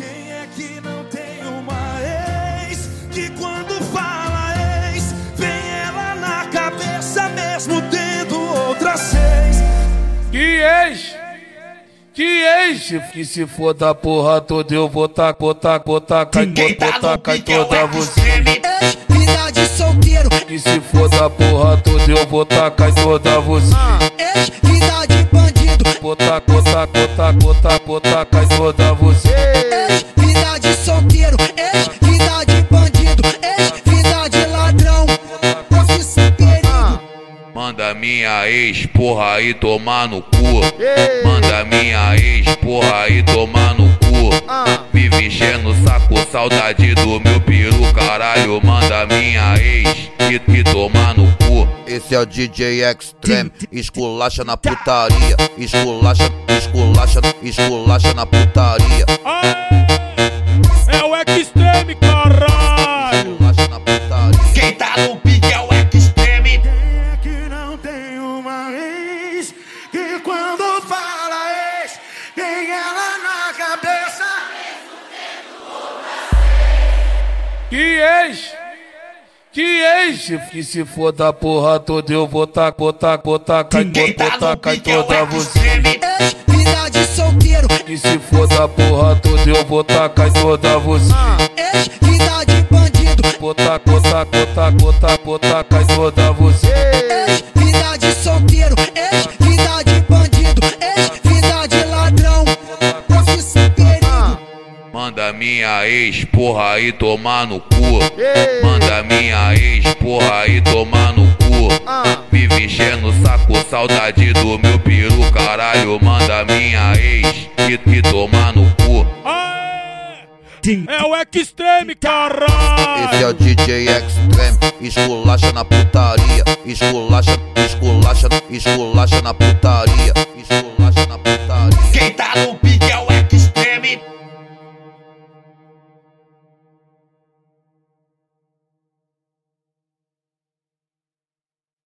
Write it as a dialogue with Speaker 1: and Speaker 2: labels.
Speaker 1: é
Speaker 2: Ixi, que se for da porra toda eu vou tá, botar, botar, cai, botar, cai toda é você.
Speaker 3: Ei, vida de solteiro.
Speaker 2: Que se for da porra toda eu vou tá, cai toda você.
Speaker 3: Ei, vida de bandido.
Speaker 2: Botar, botar, botar, botar, botar, cai toda você.
Speaker 3: Ei, vida de solteiro. Ei, vida de bandido. Ei, vida de ladrão. Profissão perigo.
Speaker 4: Manda minha ex porra aí tomar no cu. Manda minha ex porra aí tomar no cu. Vive enchendo o saco, saudade do meu peru, caralho. Manda minha ex que, que tomar no cu. Esse é o DJ Extreme, esculacha na putaria. Esculacha, esculacha, esculacha na putaria.
Speaker 5: É o Extreme, caralho!
Speaker 4: Esculacha na putaria.
Speaker 6: Quem tá no pique é o Xtreme.
Speaker 1: É que não tem uma ex que quando fala ex tem ela na cabeça.
Speaker 2: Que ex? Que ex? Que se for da porra toda eu vou tá, botar, botar, cai,
Speaker 6: Quem tá
Speaker 2: botar,
Speaker 6: no
Speaker 2: cai
Speaker 6: pique é o
Speaker 2: toda você. né?
Speaker 6: Xtreme.
Speaker 3: Ei, vida de solteiro.
Speaker 2: Que se for da porra toda eu vou tá, cai toda você.
Speaker 3: Ei, vida de bandido.
Speaker 2: Botar, botar, botar, botar, botar, cai toda você.
Speaker 3: Ei, vida de solteiro. Ei, vida de bandido. Ei, vida de ladrão. Profissão perigo.
Speaker 4: Manda minha ex porra aí tomar no cu. Manda minha ex porra aí tomar no cu. Vive enchendo o saco, saudade do meu peru, caralho. Manda minha ex que, que tomar no cu.
Speaker 5: Aê! É o Extreme, caralho!
Speaker 4: Esse é o DJ Extreme, esculacha na putaria. Esculacha, esculacha, esculacha na putaria.